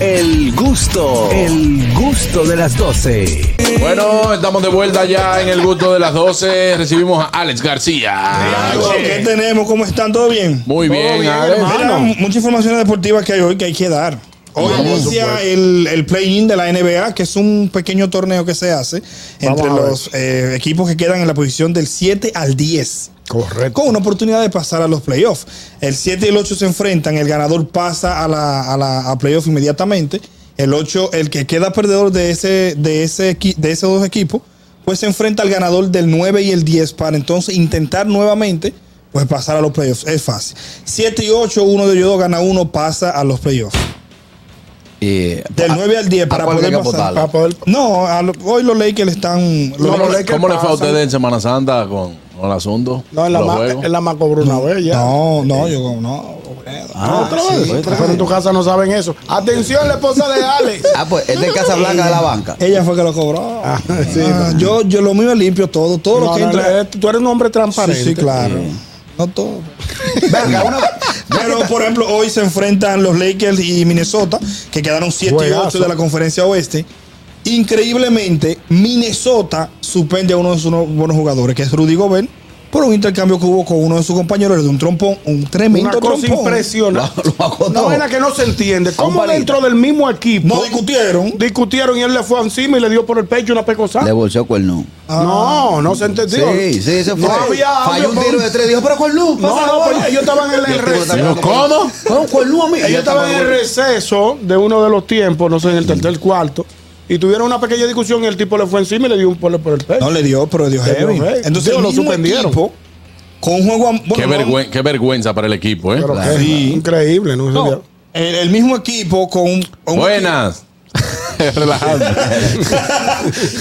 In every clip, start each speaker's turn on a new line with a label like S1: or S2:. S1: El gusto, el gusto de las 12.
S2: Bueno, estamos de vuelta ya en el gusto de las 12. Recibimos a Alex García.
S3: ¿Qué tenemos? ¿Cómo están? ¿Todo bien?
S2: Muy bien,
S3: Mira,
S2: Alex.
S3: mucha información deportiva que hay hoy que hay que dar. Hoy inicia el, el play-in de la NBA, que es un pequeño torneo que se hace entre los eh, equipos que quedan en la posición del 7 al 10.
S4: Correcto.
S3: Con una oportunidad de pasar a los playoffs. El 7 y el 8 se enfrentan, el ganador pasa a la, a la a playoff inmediatamente. El 8, el que queda perdedor de, ese, de, ese, equi- de esos dos equipos, pues se enfrenta al ganador del 9 y el 10 para entonces intentar nuevamente pues pasar a los playoffs. Es fácil. 7 y 8, uno de ellos dos gana uno, pasa a los playoffs. Del 9 al 10 para
S5: Ah, cuál
S3: poder
S5: hay que
S3: pasar.
S5: apostarle?
S3: Para poder- no, a lo- hoy los Lakers están... los
S2: ¿Cómo,
S3: Lakers-
S2: le, cómo le fue a ustedes en Semana Santa con, con el asunto?
S4: No, en la,
S2: Los
S4: ma-
S2: juegos.
S4: en la Maco Bruna Bella.
S3: no, no, yo no.
S4: Eh. Ah, otra vez. Pero en tu casa no saben eso. Atención, la esposa de Alex.
S5: Ah, pues este es Casa Blanca de la Banca.
S3: Ella fue que lo cobró.
S4: Ah, sí,
S3: Ah, yo, yo lo mío es limpio todo, todo
S4: No,
S3: lo que
S4: no,
S3: entra.
S4: no, eh, tú eres un hombre transparente.
S3: sí, sí, claro. No todo.
S5: Venga, una.
S3: Pero, por ejemplo, hoy se enfrentan los Lakers y Minnesota, que quedaron 7 y
S4: Juegazo.
S3: 8 de la conferencia oeste. Increíblemente, Minnesota suspende a uno de sus no- buenos jugadores, que es Rudy Gobert, por un intercambio que hubo con uno de sus compañeros de un trompón, un tremendo
S4: Una cosa
S3: trompón.
S4: impresionante.
S5: Lo- lo acotó.
S4: Una vaina que no se entiende. ¿Cómo
S5: palito.
S4: dentro del mismo equipo
S3: No discutieron.
S4: discutieron y él le fue encima y le dio por el pecho una pecosada?
S5: Le bolsó cuerno.
S4: No, no se entendió.
S5: Sí, sí, se
S4: No
S5: fue.
S4: había
S5: Falló un
S4: audio,
S5: tiro de tres. Dijo, pero cuerno.
S4: No,
S5: pasa la
S4: no,
S5: bola.
S4: pues ellos estaban en el
S5: Yo tengo
S4: receso.
S5: esta-
S2: ¿Cómo?
S5: No, cuerno a mí.
S4: Ellos estaban en el receso de uno de los tiempos, no sé, en el tercer cuarto. Y tuvieron una pequeña discusión y el tipo le fue encima y le dio un polo por el pecho.
S3: No le dio, pero dio
S4: Le dio
S3: heavy.
S4: heavy.
S3: Entonces,
S4: Digo,
S3: el
S4: lo
S3: mismo
S4: suspendieron.
S3: equipo, con un juego. a- bueno,
S2: Qué,
S3: no-
S2: vergüen- qué vergüenza para el equipo, ¿eh?
S4: Pero
S5: Claro.
S4: qué
S3: Sí.
S4: increíble, ¿no?
S3: no, el, el mismo equipo con un. un-
S2: Buenas. Relajado.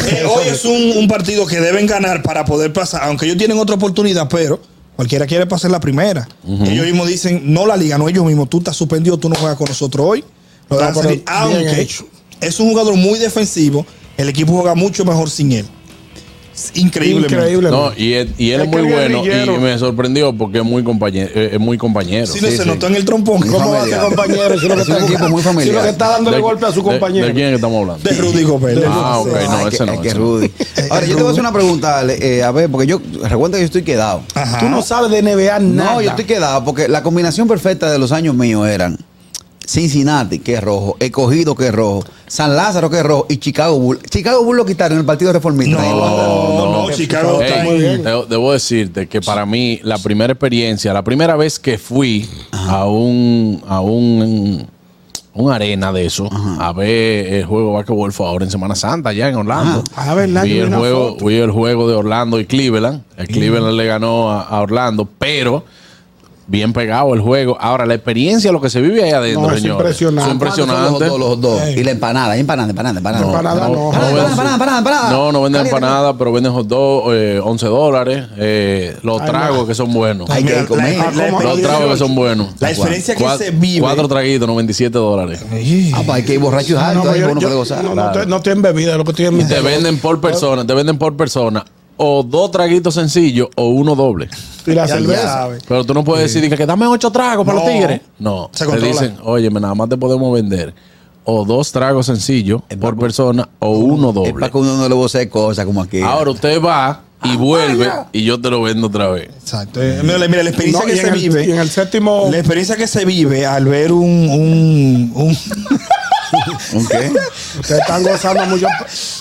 S3: Eh, hoy es un, un partido que deben ganar para poder pasar, aunque ellos tienen otra oportunidad, pero cualquiera quiere pasar la primera. Ellos mismos dicen, no la liga, no ellos mismos, tú estás suspendido, tú no juegas con nosotros hoy. Lo dejan
S4: pero
S3: salir.
S4: bien
S3: aunque
S4: hecho.
S3: es un jugador muy defensivo, el equipo juega mucho mejor sin él. Es Increíble.
S4: Increíble.
S2: No, y, él- y él es
S4: Es que
S2: muy
S4: el
S2: bueno y
S4: guerrillero.
S2: me sorprendió porque es muy compañero. Es muy compañero.
S3: Si no
S5: Sí,
S3: se
S5: sí.
S3: notó en el trompón,
S5: Muy
S3: ¿cómo va a
S5: familiar.
S3: ser
S4: Ese compañero, si lo que
S5: Es un
S4: está
S5: equipo muy familiar.
S4: si lo que está dándole
S2: ¿De-
S4: golpe a
S2: de-
S4: su compañero.
S2: ¿De quién es que estamos hablando?
S3: de Rudy Gobert?
S2: Ah,
S3: Sí.
S2: ok, no,
S5: Ay,
S2: ese
S5: que-
S2: no,
S5: es que
S2: ese no.
S5: Rudy. Ahora, yo te voy a hacer una pregunta, Ale, eh, a ver, porque yo recuerda que yo estoy quedado.
S3: Ajá.
S4: Tú no sabes de NBA nada.
S5: No, yo estoy quedado porque la combinación perfecta de los años míos eran Cincinnati, que es rojo, Escogido, que es rojo, San Lázaro, que es rojo, y Chicago Bull. Chicago Bull lo quitaron en el partido reformista.
S3: No,
S5: Ahí lo-
S3: no, Oh, Chicago
S2: Ey,
S3: está muy bien.
S2: debo- debo decirte que para mí la primera experiencia, la primera vez que fui a un a un, un arena de eso, a ver el juego de básquetbol fue ahora en Semana Santa allá en Orlando.
S4: Ajá. Ah, verdad,
S2: vi
S4: yo vi
S2: el
S4: una
S2: juego,
S4: foto.
S2: vi el juego de Orlando y Cleveland. El Cleveland le ganó a, a Orlando, pero Bien pegado el juego. Ahora, la experiencia, lo que se vive ahí adentro,
S4: No, es
S2: señores.
S4: impresionante.
S2: Es
S5: ¿Cuántos son
S2: impresionante.
S5: Los dos, los dos.
S3: Ey.
S5: Y la empanada, empanada, empanada, empanada.
S4: Empanada no.
S5: Empanada,
S2: venden-
S5: empanada, empanada, empanada.
S2: No, no venden
S5: Caliente,
S2: empanada, pero venden hot dog, eh, 11 dólares. eh, los
S4: Ay,
S2: tragos
S4: no.
S2: que son buenos.
S5: Ay, Hay que
S3: Mira,
S5: comer.
S3: la- la-
S4: Ah, ¿cómo?
S2: los tragos que son buenos.
S3: La experiencia que
S2: Cuat-
S3: se vive.
S2: Cuatro traguitos, 97 dólares.
S5: Ah, pues hay que ir borracho y
S4: Ah, no,
S5: alto, ahí
S4: yo-
S5: uno
S4: yo-
S5: puede gozar.
S4: no, no
S2: claro.
S4: estoy- no estoy en bebida, lo que estoy en mi
S2: Te venden por persona, te venden por persona. O dos traguitos sencillos o uno doble.
S4: Y la
S3: Ya
S4: cerveza.
S3: sabe.
S2: Pero tú no puedes decir que, que dame ocho tragos para
S3: No.
S2: los tigres. No.
S3: Se
S2: te
S3: controla.
S2: dicen, oye, nada más te podemos vender o dos tragos sencillos por persona o uno
S5: Es para
S2: doble.
S5: que uno no le vocee cosas como aquí.
S2: Ahora usted va
S3: Ah,
S2: y vuelve y yo te lo vendo otra vez.
S3: Exacto. Eh, Mira, mira, la experiencia
S4: No,
S3: que
S4: y en
S3: se
S4: el-
S3: vive.
S4: y en el séptimo-
S3: La experiencia que se vive al ver un. un, un
S5: ¿Un qué?
S4: Ustedes están gozando mucho.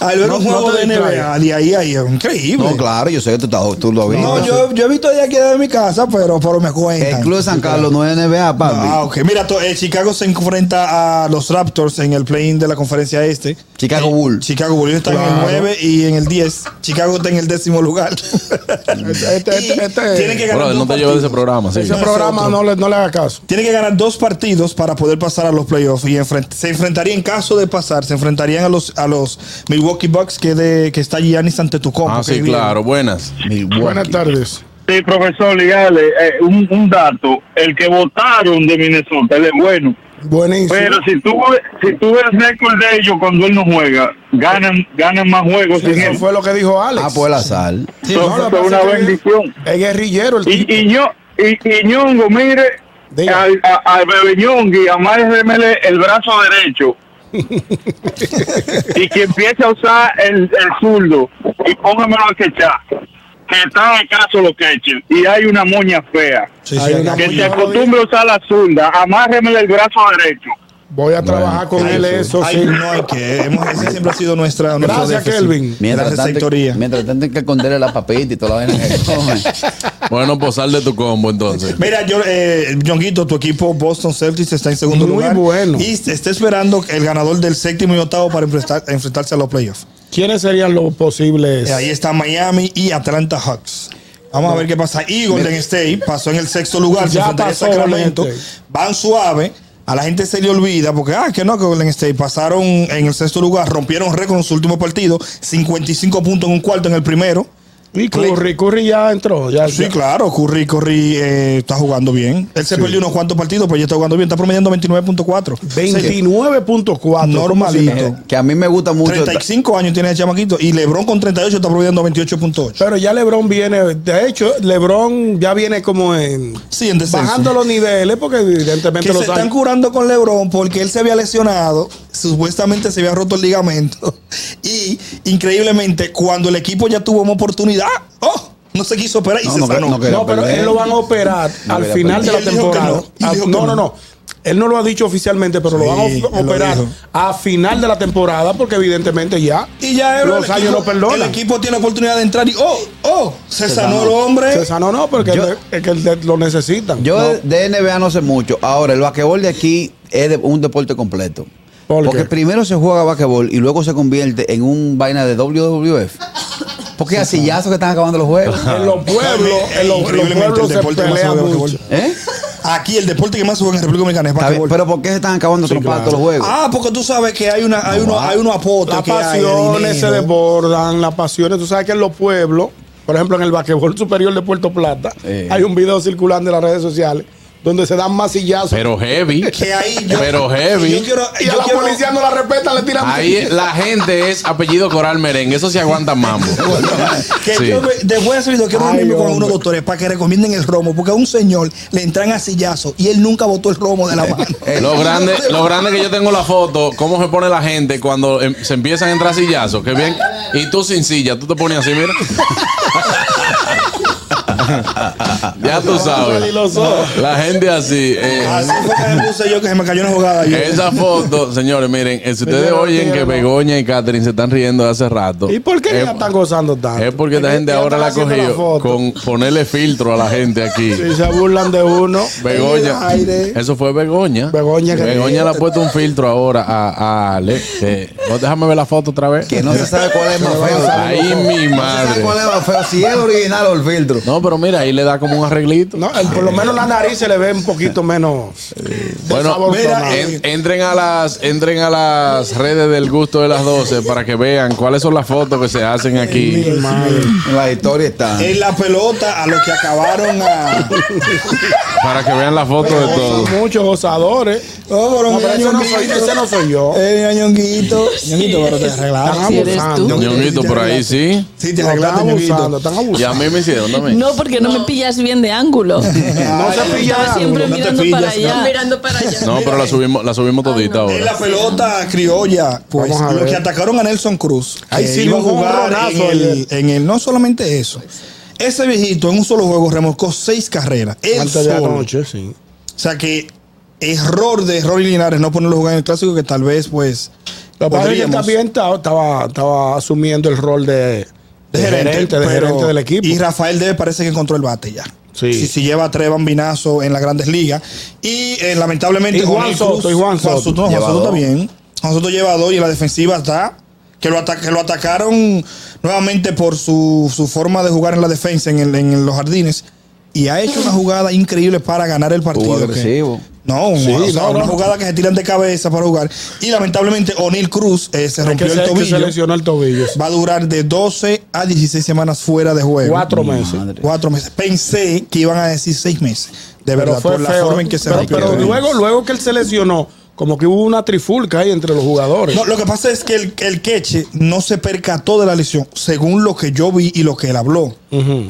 S3: al ver
S4: No-
S3: un
S4: no
S3: juego de
S4: te distraigas.
S3: NBA de ahí a ahí. es Increíble.
S5: No,
S3: No,
S5: claro, yo sé que tú, estás- tú lo viste.
S3: yo, yo he visto de aquí de mi casa, pero, pero me cuentan.
S5: El Club de San Carlos no es NBA, papi.
S3: Ah, ok. Mira, to- eh, Chicago se enfrenta a los Raptors en el play-in de la conferencia este.
S5: Chicago Bull.
S3: Chicago Bulls está en el
S4: Claro.
S3: 9 y en el 10. Chicago está en el décimo lugar.
S4: Este, este-
S3: Y
S4: este- este-
S3: tienen que ganar
S2: Brother, no
S3: dos
S2: te lleves de ese
S3: partidos.
S2: programa. Sí.
S4: ese programa no le, no le haga caso.
S3: Tiene que ganar dos partidos para poder pasar a los playoffs y enfren- se enfrentaría en caso de pasar, se enfrentarían a los a los Milwaukee Bucks que de que está Giannis ante tu
S2: Ah, sí, claro. Buenas.
S5: Milwaukee.
S4: Buenas tardes.
S6: Sí, profesor Ligale, eh, un, un dato, el que votaron de Minnesota, él es bueno,
S4: Buenísimo.
S6: pero si tú, ve- si tú ves el récord de ellos cuando él no juega, ganan ganan más juegos sin
S4: Eso
S6: él.
S4: fue lo que dijo Alex.
S5: Ah, pues el azar.
S4: Sí, no,
S6: Eso
S4: lo
S6: fue
S4: que pasa
S6: una
S4: es que
S6: bendición.
S4: Es guerrillero el
S6: Y,
S4: tipo.
S6: y, Ño- y, y Ñongo, mire,
S4: Diga.
S6: al, a, al Bebeñongui, a Mares Remele, el brazo derecho. y que empiece a usar el, el zurdo y póngamelo a quechar. Que está en caso lo que echen. Y hay una moña fea.
S3: Sí, sí,
S4: Hay una
S3: hay-
S6: Que se
S4: moña.
S6: acostumbre a usar la zurda, amárremele el brazo derecho.
S4: Voy a trabajar con él eso,
S3: hay-
S4: sí.
S3: no hay que. hemos- ese siempre ha sido nuestra. nuestro
S4: Gracias,
S3: déficit.
S4: Kelvin.
S5: Mientras
S3: Gracias,
S5: tanto,
S3: sectoría.
S5: mientras tanto hay que esconderle la papita y toda la vaina que come.
S2: Bueno, pues sal de tu combo entonces.
S3: Mira, yo, eh, Jonguito, tu equipo Boston Celtics está en segundo
S4: Muy
S3: lugar.
S4: bueno.
S3: Y se está esperando el ganador del séptimo y octavo para enfrentar- enfrentarse a los playoffs.
S4: ¿Quiénes serían los posibles?
S3: Eh, ahí está Miami y Atlanta Hawks. Vamos a ver qué pasa. Y Golden State pasó en el sexto lugar. se
S4: Ya
S3: enfrentaría a
S4: pasó
S3: Sacramento.
S4: Golden State.
S3: Van suave. A la gente se le olvida porque, ah, que no, que Golden State pasaron en el sexto lugar, rompieron récord en su último partido, 55 puntos en un cuarto en el primero.
S4: Y Curry, Curry ya entró. Ya,
S3: Sí,
S4: ya.
S3: claro, Curry, Curry eh, está jugando bien. Él se perdió unos cuantos partidos, pero ya está jugando bien. Está promediando 29.4.
S4: 29.4.
S3: Normalito.
S5: Que a mí me gusta mucho.
S3: 35 años tiene el chamaquito y LeBron con 38 está promediando 28.8.
S4: Pero ya LeBron viene, de hecho, LeBron ya viene como en
S3: Sí, en descenso.
S4: bajando los niveles porque evidentemente
S3: que se
S4: los
S3: están
S4: años-
S3: curando con LeBron porque él se había lesionado, supuestamente se había roto el ligamento y increíblemente cuando el equipo ya tuvo una oportunidad, oh, no se quiso operar y
S5: No,
S3: se
S5: no,
S3: sanó.
S5: no, que-
S4: No, pero
S5: Perder.
S4: él lo van a operar
S5: No
S4: al
S5: quería
S4: final de
S3: perder.
S4: la
S3: Y pues. él dijo que
S4: temporada.
S3: no, y
S4: A-
S3: dijo que
S4: No, no,
S3: no.
S4: no. Él no lo ha dicho oficialmente, pero lo
S3: Sí,
S4: van a
S3: él
S4: of-
S3: lo
S4: operar
S3: dijo.
S4: a final de la temporada porque evidentemente ya
S3: y ya el-
S4: los
S3: el
S4: años
S3: equipo-
S4: no perdonan.
S3: El equipo tiene oportunidad de entrar y oh, oh, se, sanó, el hombre.
S4: Se sanó, no, porque
S5: Yo-
S4: es que- es que de- lo necesitan.
S5: Yo
S4: No.
S5: de- de NBA no sé mucho. Ahora, el basquetbol de aquí es de- un deporte completo.
S4: ¿Por qué?
S5: Porque primero se juega basquetbol y luego se convierte en un vaina de WWF. Porque hay sillazos que están acabando los juegos.
S2: Ah.
S4: en los pueblos, en los, en los
S3: Increíblemente,
S4: pueblos
S3: el
S4: se
S3: deporte más
S4: pelea
S3: sabe de
S4: mucho.
S3: basquetbol.
S5: ¿Eh?
S3: Aquí el deporte que más juega en República Dominicana es
S5: Está bien,
S3: basquetbol.
S5: Pero ¿por qué se están acabando trompados todos los juegos?
S3: Ah, porque tú sabes que hay una hay uno hay unos apotes
S4: Las
S3: que hay de
S4: pasiones se
S3: dinero.
S4: desbordan, las pasiones. Tú sabes que en los pueblos, por ejemplo, en el basquetbol superior de Puerto Plata,
S5: Eh.
S4: hay un video circulando en las redes sociales donde se dan masillazos.
S2: Pero heavy.
S3: que ahí yo-
S2: Pero heavy.
S3: Yo quiero,
S4: y a
S3: yo
S4: la
S3: quiero-
S4: policía no la respeta, le tiran.
S2: Ahí la gente es apellido Coral Merengue. Eso sí aguanta mambo.
S3: Que
S2: Sí.
S3: yo me- después de ese video quiero
S4: Ay,
S3: reunirme con
S4: hombre.
S3: unos doctores para que recomienden el romo, porque a un señor le entran a sillazo y él nunca botó el romo de la mano.
S2: Eh, Lo grande, lo grande que yo tengo la foto, cómo se pone la gente cuando em, se empiezan a entrar sillazos. Que bien. Y tú sin silla, tú te pones así, mira. ya tú sabes. La gente así. eh,
S3: Así fue que me puse yo que se me cayó una jugada. yo.
S2: esa foto, señores, miren, eh, si ustedes
S4: Señores,
S2: oyen que
S4: entiendo.
S2: Begoña y Catherine se están riendo de hace rato.
S4: ¿Y por qué
S2: es-
S4: ya están gozando tanto?
S2: Es porque esta
S4: que
S2: gente
S4: ya
S2: ahora la ha
S4: están haciendo
S2: cogido
S4: foto.
S2: con ponerle filtro a la gente aquí.
S4: Sí, se burlan de uno.
S2: Begoña.
S4: En el aire.
S2: Eso fue Begoña.
S4: Begoña que-
S2: Begoña le ha puesto un filtro ahora a, a Ale. que- no, déjame ver la foto otra vez.
S5: Que no se sabe cuál es más feo.
S2: Ahí mi
S5: No se sabe
S2: madre.
S5: cuál es más feo. Si es el original o el filtro.
S2: No, pero mira, ahí le da como un arreglito.
S4: No, el- por lo menos la nariz se le ve un poquito menos.
S2: Bueno,
S4: desabotonada.
S2: en- entren a las entren a las redes del gusto de las 12 para que vean cuáles son las fotos que se hacen aquí.
S5: La historia está.
S3: En la pelota a los que acabaron a.
S2: Para que vean las fotos de todo.
S4: Gozan muchos gozadores.
S3: Oh, pero
S4: No, pero
S3: mira,
S4: ese, no
S3: Ñonguito.
S4: soy, ese no soy yo.
S3: Eh, mira, Ñonguito. Ñonguito, pero te
S4: Están
S3: arreglaste.
S4: abusando.
S3: Ñonguito,
S2: Ñonguito,
S3: sí te
S2: por ahí
S3: arreglaste.
S2: sí.
S3: Sí, te
S4: No, están
S3: arreglaste,
S4: abusando,
S3: Ñonguito.
S4: están
S2: Y a
S4: abusando.
S2: mí me hicieron también.
S7: No, porque no, me pillas bien de ángulo.
S4: No se
S7: Estaba
S4: pilla.
S7: siempre
S3: no te
S7: mirando
S3: pillas,
S7: para
S3: no.
S7: allá. Mirando para allá.
S2: No, pero la subimos, la subimos todita
S3: En
S2: ahora.
S3: la pelota criolla, pues
S4: Vamos a
S3: los
S4: ver.
S3: que atacaron a Nelson Cruz,
S4: Ay,
S3: que
S4: sí,
S3: iba a
S4: un
S3: jugar en
S4: jonronazo
S3: el,
S4: ayer.
S3: en el- no solamente eso. Ese viejito en un solo juego remolcó seis carreras. Él
S4: Antes de
S3: solo.
S4: anoche, sí.
S3: O sea que error de Rory Linares no ponerlo a jugar en el clásico que tal vez pues
S4: Lo que pasa es que él
S3: podríamos.
S4: también estaba, estaba, estaba asumiendo el rol de, de gerente, de
S3: pero-
S4: gerente del equipo.
S3: Y Rafael Debe parece que encontró el bate ya.
S4: Sí.
S3: Si, si lleva tres bambinazos en las grandes ligas. Y eh, lamentablemente.
S4: Y Juan
S3: O'Neill
S4: Soto, y Juan Soto.
S3: no, Juan
S5: Lleva
S3: Soto
S5: dos.
S3: también. Juan Soto lleva dos y la defensiva está. Que lo, ata- que lo atacaron nuevamente por su, su forma de jugar en la defensa en, el- en los jardines. Y ha hecho una jugada increíble para ganar el partido. que-
S5: agresivo.
S3: no, un-
S4: Sí,
S3: o sea,
S4: no,
S3: una
S4: no.
S3: jugada que se tiran de cabeza para jugar. Y lamentablemente O'Neill Cruz eh, se
S4: Es que
S3: rompió
S4: se,
S3: el
S4: que se
S3: tobillo
S4: lesionó el tobillo. sí.
S3: va a durar de 12 a 16 semanas fuera de juego.
S4: Cuatro meses.
S3: Cuatro meses. Pensé que iban a decir seis meses. De
S4: Pero
S3: verdad,
S4: fue
S3: por la
S4: feo.
S3: forma en que se
S4: pero
S3: rompió.
S4: pero
S3: el tobillo.
S4: luego, luego que él se lesionó, Como que hubo una trifulca ahí entre los jugadores.
S3: No, lo que pasa es que el, el Queche no se percató de la lesión, según lo que yo vi y lo que él habló.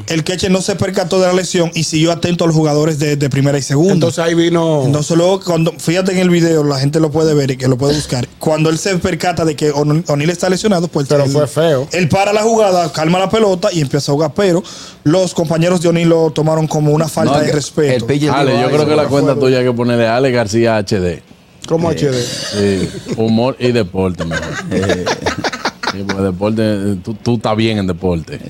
S3: El Queche no se percató de la lesión y siguió atento a los jugadores de, de primera y segunda.
S4: Entonces ahí vino.
S3: Entonces luego, cuando, fíjate en el video, la gente lo puede ver y que lo puede buscar. Cuando él se percata de que On- O'Neal está lesionado, pues
S4: Pero
S3: él-
S4: fue feo.
S3: Él para la jugada, calma la pelota y empieza a jugar. Pero los compañeros de O'Neal lo tomaron como una falta
S5: No,
S3: de
S5: que-
S3: respeto.
S5: el PJ dijo,
S2: Ale, yo
S5: "Ay,
S2: creo que la
S5: fuera".
S2: cuenta tuya hay que ponerle Ale García HD.
S4: como
S2: Eh.
S4: HD.
S2: Sí, humor y deporte mejor. Sí, porque deporte, tú, tú estás bien en deporte.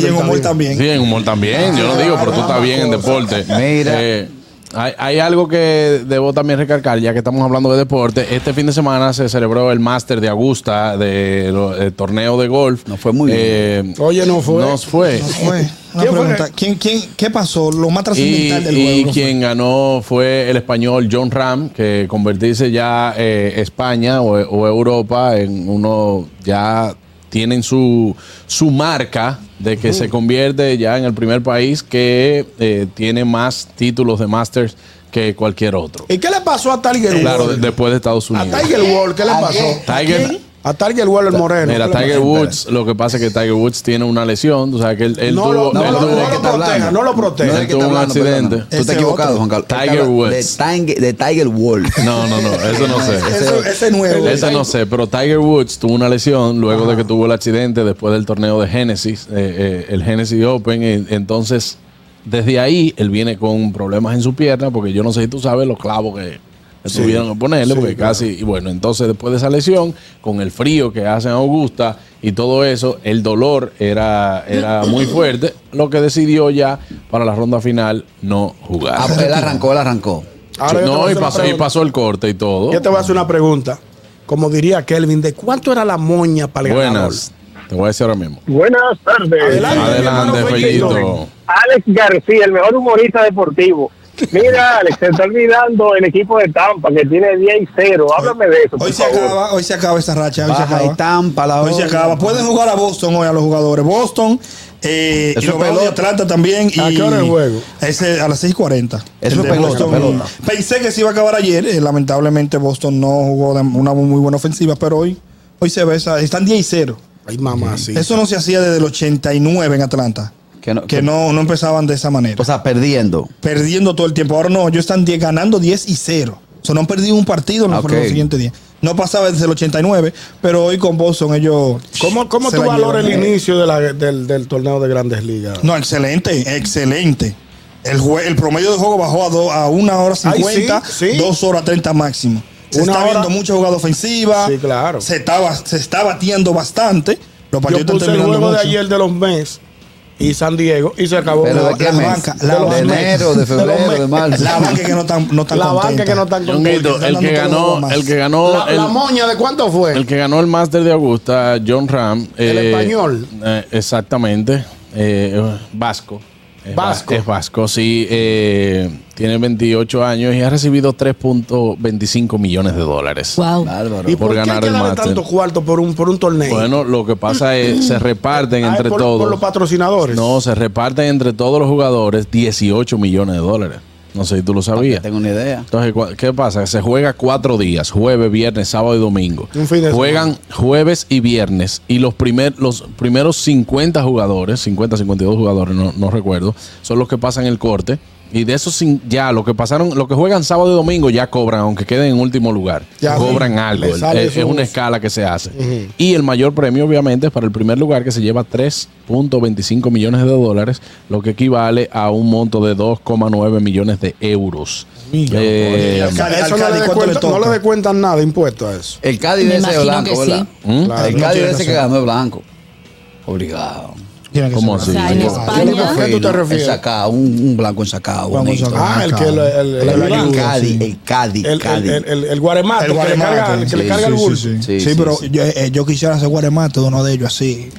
S3: y en humor también.
S2: Sí, en humor también, yo no digo, pero tú estás bien en deporte.
S5: Mira.
S2: Eh, hay, hay algo que debo también recalcar, ya que estamos hablando de deporte. Este fin de semana se celebró el máster de Augusta, del torneo de golf.
S5: Nos fue muy bien.
S2: Eh,
S4: Oye, no fue.
S2: Nos fue.
S3: Fue una
S4: ¿Quién fue?
S3: pregunta. ¿Quién, quién, ¿Qué pasó? Lo más
S2: Y,
S3: trascendental del
S2: y
S3: juego. ¿no?
S2: quien ganó fue el español John Ram, que convertirse ya eh, España o, o Europa en uno ya tienen su, su marca de que se convierte ya en el primer país que eh, tiene más títulos de Masters que cualquier otro.
S4: ¿Y qué le pasó a Tiger
S2: Claro, de-
S4: Woods?
S2: después de Estados
S4: Eh, a
S2: Unidos.
S4: Tiger Woods, ¿qué le pasó?
S2: Tiger,
S4: A Tiger Woods el moreno.
S2: mira,
S4: ¿qué le
S2: Tiger
S4: pasó?
S2: Woods, lo que pasa es que Tiger Woods tiene una lesión, o sea que él, él
S4: No
S2: tuvo-
S4: lo- no
S2: él
S4: lo-
S2: tuvo-
S4: no lo- proteja, no lo proteja.
S5: No es el que
S2: Él
S5: está
S2: tuvo un
S5: hablando,
S2: accidente.
S5: perdona. Tú
S3: Ese
S5: estás equivocado,
S3: otro.
S5: Juan Carlos.
S2: Tiger
S5: Él habla
S2: Woods.
S5: De Tiger, de Tiger Woods.
S2: No, no, no, eso no sé.
S3: Eso- ese nuevo.
S2: Ese no sé, pero Tiger Woods tuvo una lesión luego de que tuvo el accidente después del torneo de Genesis, eh, eh, el Genesis Open. y entonces, desde ahí, él viene con problemas en su pierna, porque yo no sé si tú sabes los clavos que le tuvieron que ponerle, porque casi, y bueno, entonces después de esa lesión, con el frío que hace en Augusta y todo eso, el dolor era, era muy fuerte, lo que decidió ya para la ronda final no jugar.
S5: Ah, él arrancó, él arrancó.
S4: Ahora yo te voy a
S2: no, y
S4: hacer una
S2: pasó, y
S4: pregunta.
S2: pasó el corte y todo.
S4: Yo te voy a hacer una pregunta. Como diría Kelvin, ¿de cuánto era la moña para el ganador?
S2: Buenas. Te voy a decir ahora mismo.
S8: Buenas tardes.
S4: Adelante. mi
S2: Adelante,
S4: hermano
S2: Fellito.
S4: Fellito.
S8: Alex García, el mejor humorista deportivo. Mira, Alex, se está olvidando el equipo de Tampa que tiene 10 y 0. Háblame de eso, por
S3: Hoy se
S8: favor.
S3: acaba, hoy se acaba esa racha. Hoy se
S5: Baja y
S3: acaba.
S5: tampa la
S3: Hoy se
S5: olla.
S3: acaba. Pueden jugar a Boston hoy a los jugadores. Boston. Eh, y los
S5: Eso es
S3: Bravos de
S5: pelota.
S3: Atlanta también.
S4: ¿A
S3: y
S4: qué hora es el juego?
S3: Ese a las 6:40.
S5: Eso
S3: El
S5: es
S3: de
S5: pelota, pelota.
S3: Pensé que se iba a acabar ayer. eh, lamentablemente, Boston no jugó de una muy buena ofensiva, pero hoy, hoy se ve esa. Están 10 y 0.
S4: Ay, mamá, sí.
S3: Eso no se hacía desde el 89 en Atlanta.
S5: Que no-
S3: Que no, no empezaban de esa manera.
S5: O sea, perdiendo.
S3: perdiendo todo el tiempo. Ahora no, ellos están 10 ganando 10 y 0. O sea, no han perdido un partido en
S4: Ah,
S3: los,
S5: Ok.
S3: los siguientes días. No pasaba desde el 89, pero hoy con Boston ellos.
S4: ¿Cómo, cómo
S3: se
S4: tú
S3: la
S4: valoras el
S3: llevan.
S4: inicio de la- del, del torneo de Grandes Ligas?
S3: No, excelente, excelente. El, jue- el promedio de juego bajó a, do- a 1 hora
S4: Ay,
S3: 50,
S4: sí, sí.
S3: 2 horas 30 máximo. Se
S4: Una
S3: está
S4: hora-
S3: viendo mucha jugada ofensiva.
S4: Sí, claro.
S3: ah, Se está, ba- se está batiendo bastante. Los partidos están
S4: Yo puse el
S3: terminando
S4: juego de
S3: mucho.
S4: ayer de los Mets y San Diego y se acabó.
S5: Pero
S4: la,
S5: de qué
S3: la
S5: mes?
S3: banca, la
S5: de,
S3: banca.
S5: enero, de
S4: De los
S5: febrero,
S4: mes.
S5: de marzo.
S3: La banca que no tan, no tan
S4: la banca
S3: contenta.
S4: que no están
S2: Ñonguito, el que ganó, el que ganó,
S4: La,
S2: el,
S4: la moña de cuánto fue?
S2: el que ganó el máster de Augusta, John Ram.
S4: El español.
S2: eh, exactamente. eh, vasco. Es va-
S4: Vasco.
S2: Es vasco, sí. eh, tiene 28 años y ha recibido 3.25 millones de dólares.
S7: Wow.
S5: Bárbaro.
S4: ¿Y
S2: por
S4: por, qué
S2: ganar
S4: hay que
S2: el
S4: darle
S2: máster.
S4: tanto cuarto por un, por un torneo?
S2: Bueno, lo que pasa es se reparten
S4: Ah, es
S2: entre
S4: por,
S2: todos.
S4: Por los patrocinadores.
S2: No, se reparten entre todos los jugadores 18 millones de dólares. No sé si tú lo sabías.
S5: Tengo una idea.
S2: Entonces, cua- ¿qué pasa? Se juega cuatro días, jueves, viernes, sábado y domingo.
S4: Un fin de semana.
S2: Juegan jueves y viernes y los, primer, los primeros 50 jugadores, 50, 52 jugadores, no, no recuerdo, son los que pasan el corte. Y de esos cin- ya, los que pasaron, los que juegan sábado y domingo ya cobran, aunque queden en último lugar.
S4: Ya,
S2: cobran
S4: sí.
S2: algo.
S4: Le sale
S2: Es, es
S4: eso.
S2: una escala que se hace. Y el mayor premio, obviamente, es para el primer lugar que se lleva 3.25 millones de dólares, lo que equivale a un monto de 2,9 millones de euros. Eh,
S3: Al Cali- al
S4: eso no
S3: Cali, ¿cuánto le
S4: le, descuentan, no
S3: toca?
S4: le descuentan nada de impuesto a eso.
S5: El Cádiz
S7: Me
S5: de ese es
S7: imagino
S5: blanco,
S7: que sí.
S5: ¿verdad?
S2: ¿Mm?
S4: Claro,
S5: el
S4: no
S5: Cádiz de
S4: tiene
S5: ese que
S4: razón.
S5: ganó es blanco. Obligado.
S3: Tiene que
S2: ¿Cómo así?
S3: ser.
S7: O sea, en
S2: Wow.
S7: España-
S5: Yo lo
S4: ¿A Ah, qué tú
S5: prefiero,
S4: te refieres?
S5: El sacao, un, un blanco en sacao.
S3: Vamos
S5: bonito.
S3: a-
S4: Ah, el que el, el,
S5: el,
S4: el,
S5: el
S4: ayudante.
S5: Cádiz,
S3: sí.
S5: el Cádiz,
S4: el, el,
S5: Cádiz.
S4: el, el, el guaremato,
S3: El
S4: que Ah, le
S3: guaremato.
S4: carga, el, que le
S5: Sí,
S4: carga el
S5: sí,
S4: bulto.
S3: Sí,
S5: Sí, sí,
S3: pero
S5: sí.
S3: Yo, eh, yo quisiera hacer guaremate de uno de ellos así.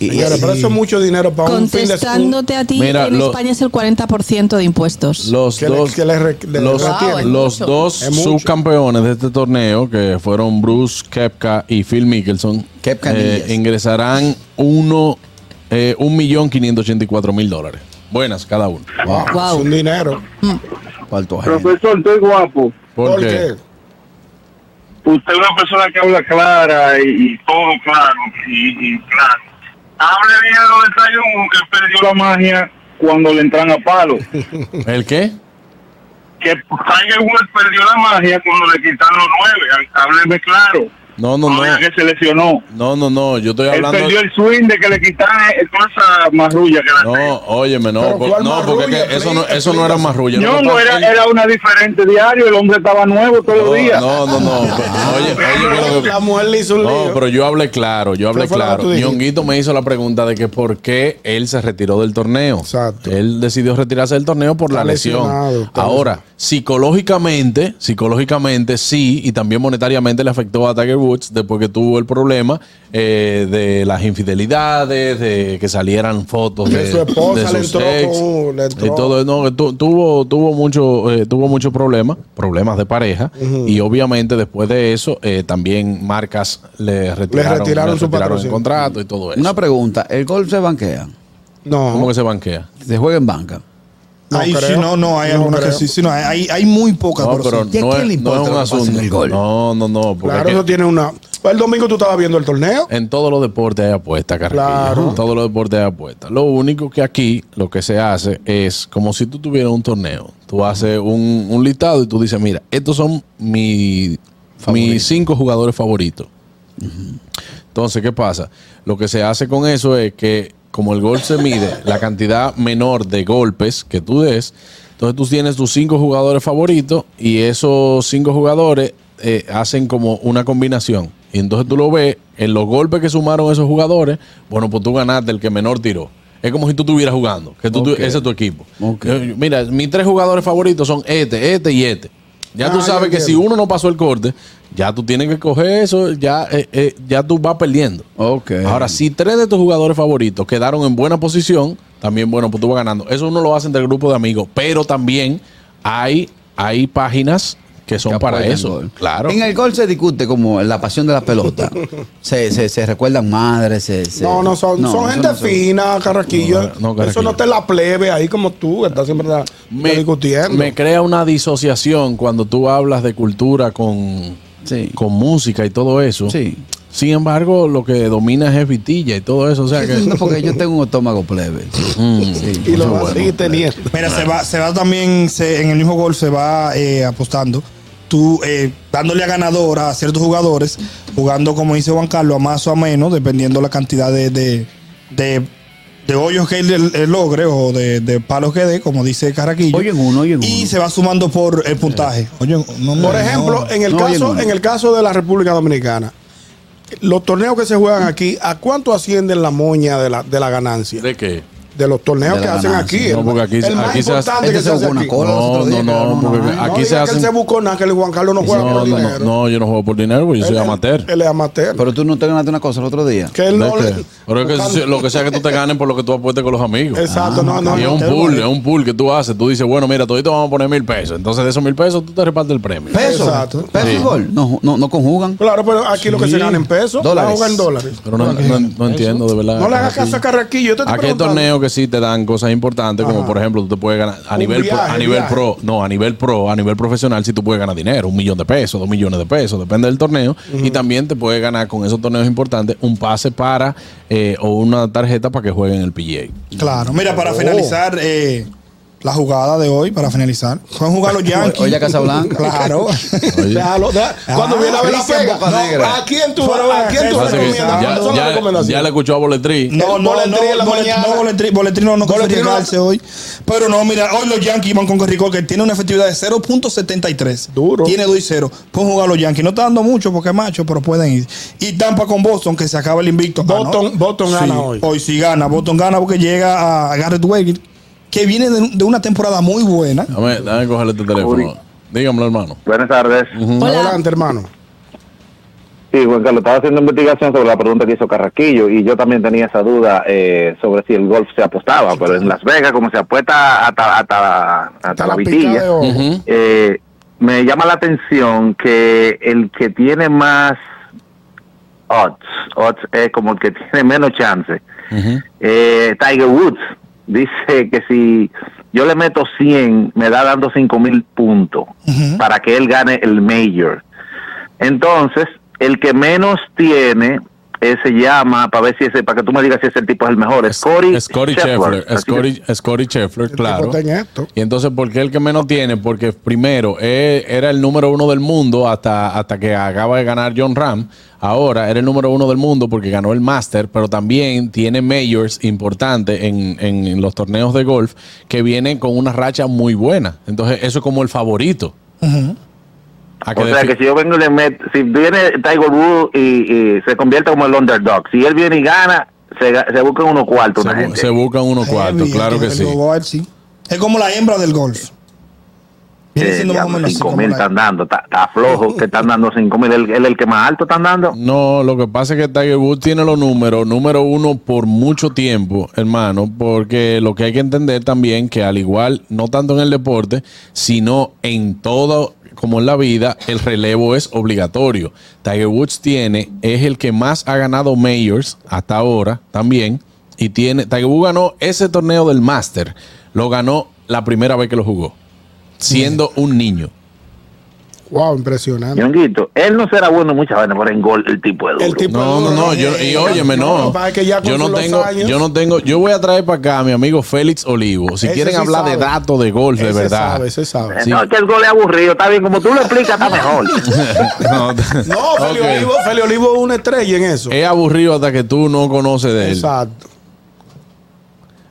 S5: Y- y-
S4: Señores, pero eso es mucho dinero para un fin de un-
S7: Contestándote a ti,
S2: Mira,
S7: en
S2: lo-
S7: España es el 40% de impuestos.
S2: Los
S4: Que le-
S2: dos,
S4: que le re- le
S2: los,
S7: retienen. Wow,
S2: los
S7: es mucho.
S2: dos
S4: Es mucho.
S2: subcampeones de este torneo, que fueron Bruce Kepka y Phil Mickelson,
S5: Koepka
S2: eh,
S5: Nías.
S2: ingresarán uno, eh, un millón quinientos ochenta y cuatro mil dólares. Buenas cada uno.
S5: Wow,
S4: Es
S7: Wow.
S4: un dinero.
S5: cuarto ajeno.
S8: Profesor, estoy guapo.
S2: ¿Por, qué?
S6: usted es una persona que habla clara y, y todo claro y, y claro. Hable bien de los desayunos que perdió la magia cuando le entran a palo.
S2: ¿El qué?
S6: que Tiger Woods perdió la magia cuando le quitaron los nueve. Hábleme claro.
S2: No, no, no.
S6: diga que se lesionó.
S2: No, no, no. Yo estoy
S6: Él
S2: hablando.
S6: perdió el swing de que le quitaron toda esa marrulla que la
S2: No,
S6: tenía.
S2: óyeme, no.
S4: Pero
S2: por-
S4: ¿cuál
S2: no, porque
S4: marrulla?
S2: es que eso no, eso no era marrulla. Lo
S6: No,
S2: que
S6: no,
S2: pasa
S6: era,
S2: es-
S6: era una diferente diario, el hombre estaba nuevo todos los días.
S2: No, no, no. no. Oye, oye, lo que-
S4: La mujer le hizo un
S2: No,
S4: lío.
S2: pero yo hablé claro, yo hablé
S4: Pero fue lo que
S2: claro.
S4: tú dijiste.
S2: Ñonguito me hizo la pregunta de que por qué él se retiró del torneo.
S4: Exacto.
S2: Él decidió retirarse del torneo por
S4: Está
S2: la lesión.
S4: lesionado, está
S2: Ahora, psicológicamente, psicológicamente sí, y también monetariamente le afectó a Tiger Woods después que tuvo el problema eh, de las infidelidades, de que salieran fotos
S4: Que
S2: de
S4: su esposa
S2: de
S4: le
S2: sus
S4: entró
S2: ex,
S4: con- le entró.
S2: y todo, Eh, no, que tu- tuvo tuvo mucho eh, tuvo muchos problemas problemas de pareja y obviamente después de eso eh, también marcas le retiraron, le
S4: retiraron
S2: retiraron
S4: su
S2: el
S4: patrocinio.
S2: contrato y todo eso
S5: Una pregunta, ¿el golf se banquea?
S4: No,
S2: cómo que se banquea
S5: ¿Se juega en banca?
S4: No
S3: Ahí sí,
S4: creo.
S3: no, no, hay
S4: No
S3: algunas que
S4: creo.
S3: sí, sí, no, hay, hay muy pocas.
S2: no,
S3: pero
S2: pero
S3: sí.
S5: ¿Y a
S2: no
S5: quién
S2: es,
S5: le
S2: no
S5: importa
S2: es
S5: lo
S2: un
S5: que pasa en
S2: asunto
S5: el gol?
S2: no no no porque
S4: claro,
S2: es
S4: eso
S2: que
S4: tiene una. El domingo tú estabas viendo el torneo.
S2: en todos los deportes hay apuestas carrillo.
S4: Claro.
S2: en todos los deportes hay apuestas lo único que aquí lo que se hace es como si tú tuvieras un torneo tú haces un, un listado y tú dices mira estos son mi- mis cinco jugadores favoritos Entonces, ¿qué pasa? Lo que se hace con eso es que, como el gol se mide, la cantidad menor de golpes que tú des, entonces tú tienes tus cinco jugadores favoritos y esos cinco jugadores eh, hacen como una combinación. Y entonces tú lo ves en los golpes que sumaron esos jugadores, bueno, pues tú ganaste el que menor tiró. Es como si tú estuvieras jugando, que tú, tú-
S5: Ok.
S2: ese es tu equipo.
S5: Ok.
S2: Eh, Mira, mis tres jugadores favoritos son este, este y este. Ya
S4: Ah,
S2: tú
S4: ya
S2: sabes que si
S4: entiendo.
S2: uno no pasó el corte, ya tú tienes que coger eso, ya, eh, eh, ya tú vas perdiendo.
S5: Ok.
S2: Ahora, si tres de tus jugadores favoritos quedaron en buena posición, también, bueno, pues tú vas ganando. Eso uno lo hace entre el grupo de amigos, pero también hay, hay páginas que son
S5: Que
S2: para
S5: apoyan
S2: eso.
S5: gol.
S2: Claro.
S5: En el gol se discute como la pasión de la pelota. se, se, se recuerdan madres, se, se-
S4: No, no, son, son
S5: eso
S4: gente
S5: no se-
S4: fina, carraquillo.
S2: No, no, no, Carraquillo.
S4: Eso no te la plebe ahí como tú, que estás siempre la-
S2: me,
S4: discutiendo.
S2: me crea una disociación cuando tú hablas de cultura con,
S5: Sí.
S2: con música y todo eso.
S5: Sí.
S2: Sin embargo, lo que domina es vitilla y todo eso. O sea que.
S5: No, porque yo tengo un estómago plebe.
S2: Mm.
S5: Sí,
S4: y lo
S5: eso
S4: vas
S5: bueno.
S4: a seguir teniendo.
S3: Mira, se va, se va también, se- en el mismo gol se va eh, apostando. Tú eh, dándole a ganador a ciertos jugadores, jugando como dice Juan Carlos, a más o a menos, dependiendo la cantidad de, de, de- de hoyos que él, él logre o de, de palos que dé, como dice Carraquillo.
S5: Hoyo en uno, hoyo en
S3: Y
S5: uno. Eh.
S3: se va sumando por el puntaje. Hoyo en- no, no,
S4: Por ejemplo,
S3: no.
S4: en, el
S5: No, oye,
S4: caso,
S5: no.
S4: en el caso de la República Dominicana, los torneos que se juegan aquí, ¿a cuánto ascienden la moña de la, de la ganancia?
S2: ¿De qué?
S4: De los torneos
S5: De la
S4: que hacen
S5: ganancia.
S4: aquí.
S2: No,
S4: el-
S2: porque aquí-
S4: el más
S2: aquí se hace-
S4: importante
S5: Este
S4: que
S5: se
S4: se hace
S5: jugó una
S4: aquí.
S5: cola los
S2: No,
S5: otros días,
S2: no, no,
S5: no,
S2: porque
S5: no,
S4: No
S2: aquí
S4: diga
S2: se
S4: que
S2: hacen.
S4: él se buscó nada, que el Juan Carlos no juega
S2: No,
S4: por
S2: no, no,
S4: dinero.
S2: no, yo no juego por dinero, porque yo soy
S4: Él-
S2: amateur.
S4: Él es amateur.
S5: Pero tú no te ganaste una cosa el otro día.
S4: que él
S2: ¿De
S4: no le-
S2: qué? Pero es que
S4: buscando-
S2: si- lo que sea que tú te ganes por lo que tú apuestes con los amigos. Ah,
S4: Exacto, no, no.
S2: y es
S4: no.
S2: un pool, es un pool que tú haces. Tú dices, bueno, mira, todito vamos a poner mil pesos. Entonces, de esos mil pesos, tú te repartes el premio.
S5: Peso.
S4: Exacto.
S5: Peso y gol. No, no, no conjugan.
S4: Claro, pero aquí lo que se gana en pesos,
S5: Dólares.
S4: la juega en dólares.
S2: Pero no, no- no entiendo, de verdad.
S4: No le hagas caso a Carraquillo. Yo te estoy
S2: Aquí hay
S4: preguntando.
S2: torneos que sí te dan cosas importantes, como por ejemplo, tú te puedes ganar a
S4: Un
S2: nivel, pro,
S4: viaje,
S2: a nivel
S4: viaje.
S2: pro, no, a nivel pro, a nivel profesional, sí tú puedes ganar dinero, un millón de pesos, dos millones de pesos, depende del torneo. Y también te puedes ganar con esos torneos importantes un pase para eh, o una tarjeta para que jueguen el PGA.
S3: Claro, mira,
S4: Oh.
S3: para finalizar eh, la jugada de hoy, para finalizar, pueden jugar los Yankees.
S5: Oye, Casablanca.
S3: Claro.
S2: Oye.
S4: Déjalo, deja- Cuando
S3: Ah,
S4: viene a ver la
S5: Cristian
S4: pega.
S5: Bocanegra.
S4: No, ¿A quién tú,
S3: Fueron
S4: a quién tú
S3: a-
S2: Pasa que ya,
S4: recomiendas? ¿Cuáles son las
S2: ya-
S4: recomendaciones?
S2: ya le escuchó a Boletri.
S3: No,
S4: El
S3: no, no,
S4: boletín en la
S3: bolet-
S4: mañana.
S3: no, boletri- boletri no, no conoce
S4: Boletri no.
S3: arriesgarse hoy. Pero no, mira, hoy los Yankees van con Corricol, que tiene una efectividad de 0.73.
S4: Duro.
S3: Tiene 2 y 0. Pueden jugar los Yankees. No está dando mucho porque es macho, pero pueden ir. Y Tampa con Boston, que se acaba el invicto. Ah, ¿no?
S4: Boston- Boston gana
S3: Sí,
S4: hoy.
S3: Hoy sí gana. Boston gana porque llega a Garrett Wager, que viene de, de una temporada muy buena.
S2: Dame, dame cogerle tu teléfono.
S6: Ahorita.
S2: Dígamelo, hermano.
S6: Buenas tardes.
S7: Hola.
S4: Adelante, hermano.
S9: Sí, Juan Carlos, estaba haciendo investigación sobre la pregunta que hizo Carraquillo y yo también tenía esa duda eh, sobre si el golf se apostaba, pero en Las Vegas, como se apuesta hasta, hasta, hasta
S4: Hasta
S9: la
S4: pica
S9: vitilla,
S4: de ojo.
S9: eh, me llama la atención que el que tiene más odds, odds es como el que tiene menos chance, eh, Tiger Woods dice que si yo le meto 100, me da dando 5 mil puntos para que él gane el Major. Entonces, el que menos tiene eh, se llama, para ver si ese, para que tú me digas si ese tipo es el mejor, es Corey
S2: Scotty
S9: Scheffler.
S2: Scheffler,
S9: Así que-
S2: Scotty, Scotty Scheffler, claro.
S4: tenía esto.
S2: Y entonces, ¿por qué el que menos tiene? Porque primero eh, era el número uno del mundo hasta, hasta que acaba de ganar John Ram. Ahora era el número uno del mundo porque ganó el Master, pero también tiene majors importantes en, en- en los torneos de golf que vienen con una racha muy buena. Entonces, eso es como el favorito. A que
S9: O sea
S2: defi-
S9: que si yo vengo y le meto, si viene Tiger Woods y, y se convierte como el underdog, si él viene y gana, se, ga- se buscan unos cuartos. una
S2: se, bu-
S9: gente.
S2: se buscan unos cuartos,
S3: Heavy,
S2: claro
S3: el-
S2: que
S3: el
S2: sí.
S3: global, sí. Es como la hembra del golf. Viene
S9: Eh,
S3: siendo más o
S9: diablo,
S3: menos así
S9: cinco
S3: como
S9: mil
S3: la-
S9: están dando, está, está flojo que están dando cinco mil, él él es el que más alto están dando.
S2: No, lo que pasa es que Tiger Woods tiene los números, número uno por mucho tiempo, hermano, porque lo que hay que entender también que al igual, no tanto en el deporte, sino en todo como en la vida, el relevo es obligatorio. Tiger Woods tiene, es el que más ha ganado majors hasta ahora también, y tiene, Tiger Woods ganó ese torneo del Master, lo ganó la primera vez que lo jugó, siendo un niño.
S4: Wow, impresionante.
S9: Ñonguito, él no será bueno en muchas veces, pero en gol el tipo es duro.
S4: El tipo-
S2: No, no, no, yo, y óyeme,
S4: eh, Lo
S2: no.
S4: que pasa es que ya con
S2: Yo no
S4: los
S2: tengo,
S4: años-
S2: yo no tengo, yo voy a traer para acá a mi amigo Félix Olivo. Si
S4: Ese
S2: quieren
S4: sí
S2: hablar de
S4: sabe.
S2: datos de golf, de
S4: Ese
S2: verdad.
S4: sabe, ese sabe.
S9: Eh,
S2: sí.
S9: No, es que el gol es aburrido, está bien, como tú lo explicas, está mejor.
S2: No,
S4: No, Feli
S2: ok.
S4: Olivo, Feli Olivo es una estrella en eso.
S2: Es aburrido hasta que tú no conoces de él.
S4: Exacto.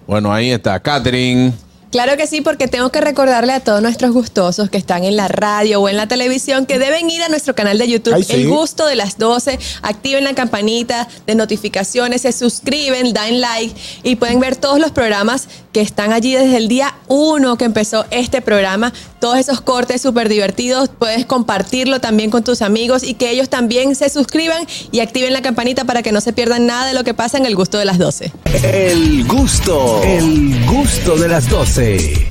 S2: Bueno, ahí está. Catherine.
S10: Claro que sí, porque tengo que recordarle a todos nuestros gustosos que están en la radio o en la televisión que deben ir a nuestro canal de YouTube,
S4: Ay, sí.
S10: El Gusto de las 12. Activen la campanita de notificaciones, se suscriben, dan like y pueden ver todos los programas que están allí desde el día 1 que empezó este programa. Todos esos cortes súper divertidos, puedes compartirlo también con tus amigos y que ellos también se suscriban y activen la campanita para que no se pierdan nada de lo que pasa en El Gusto de las 12.
S1: El gusto, el gusto de las 12.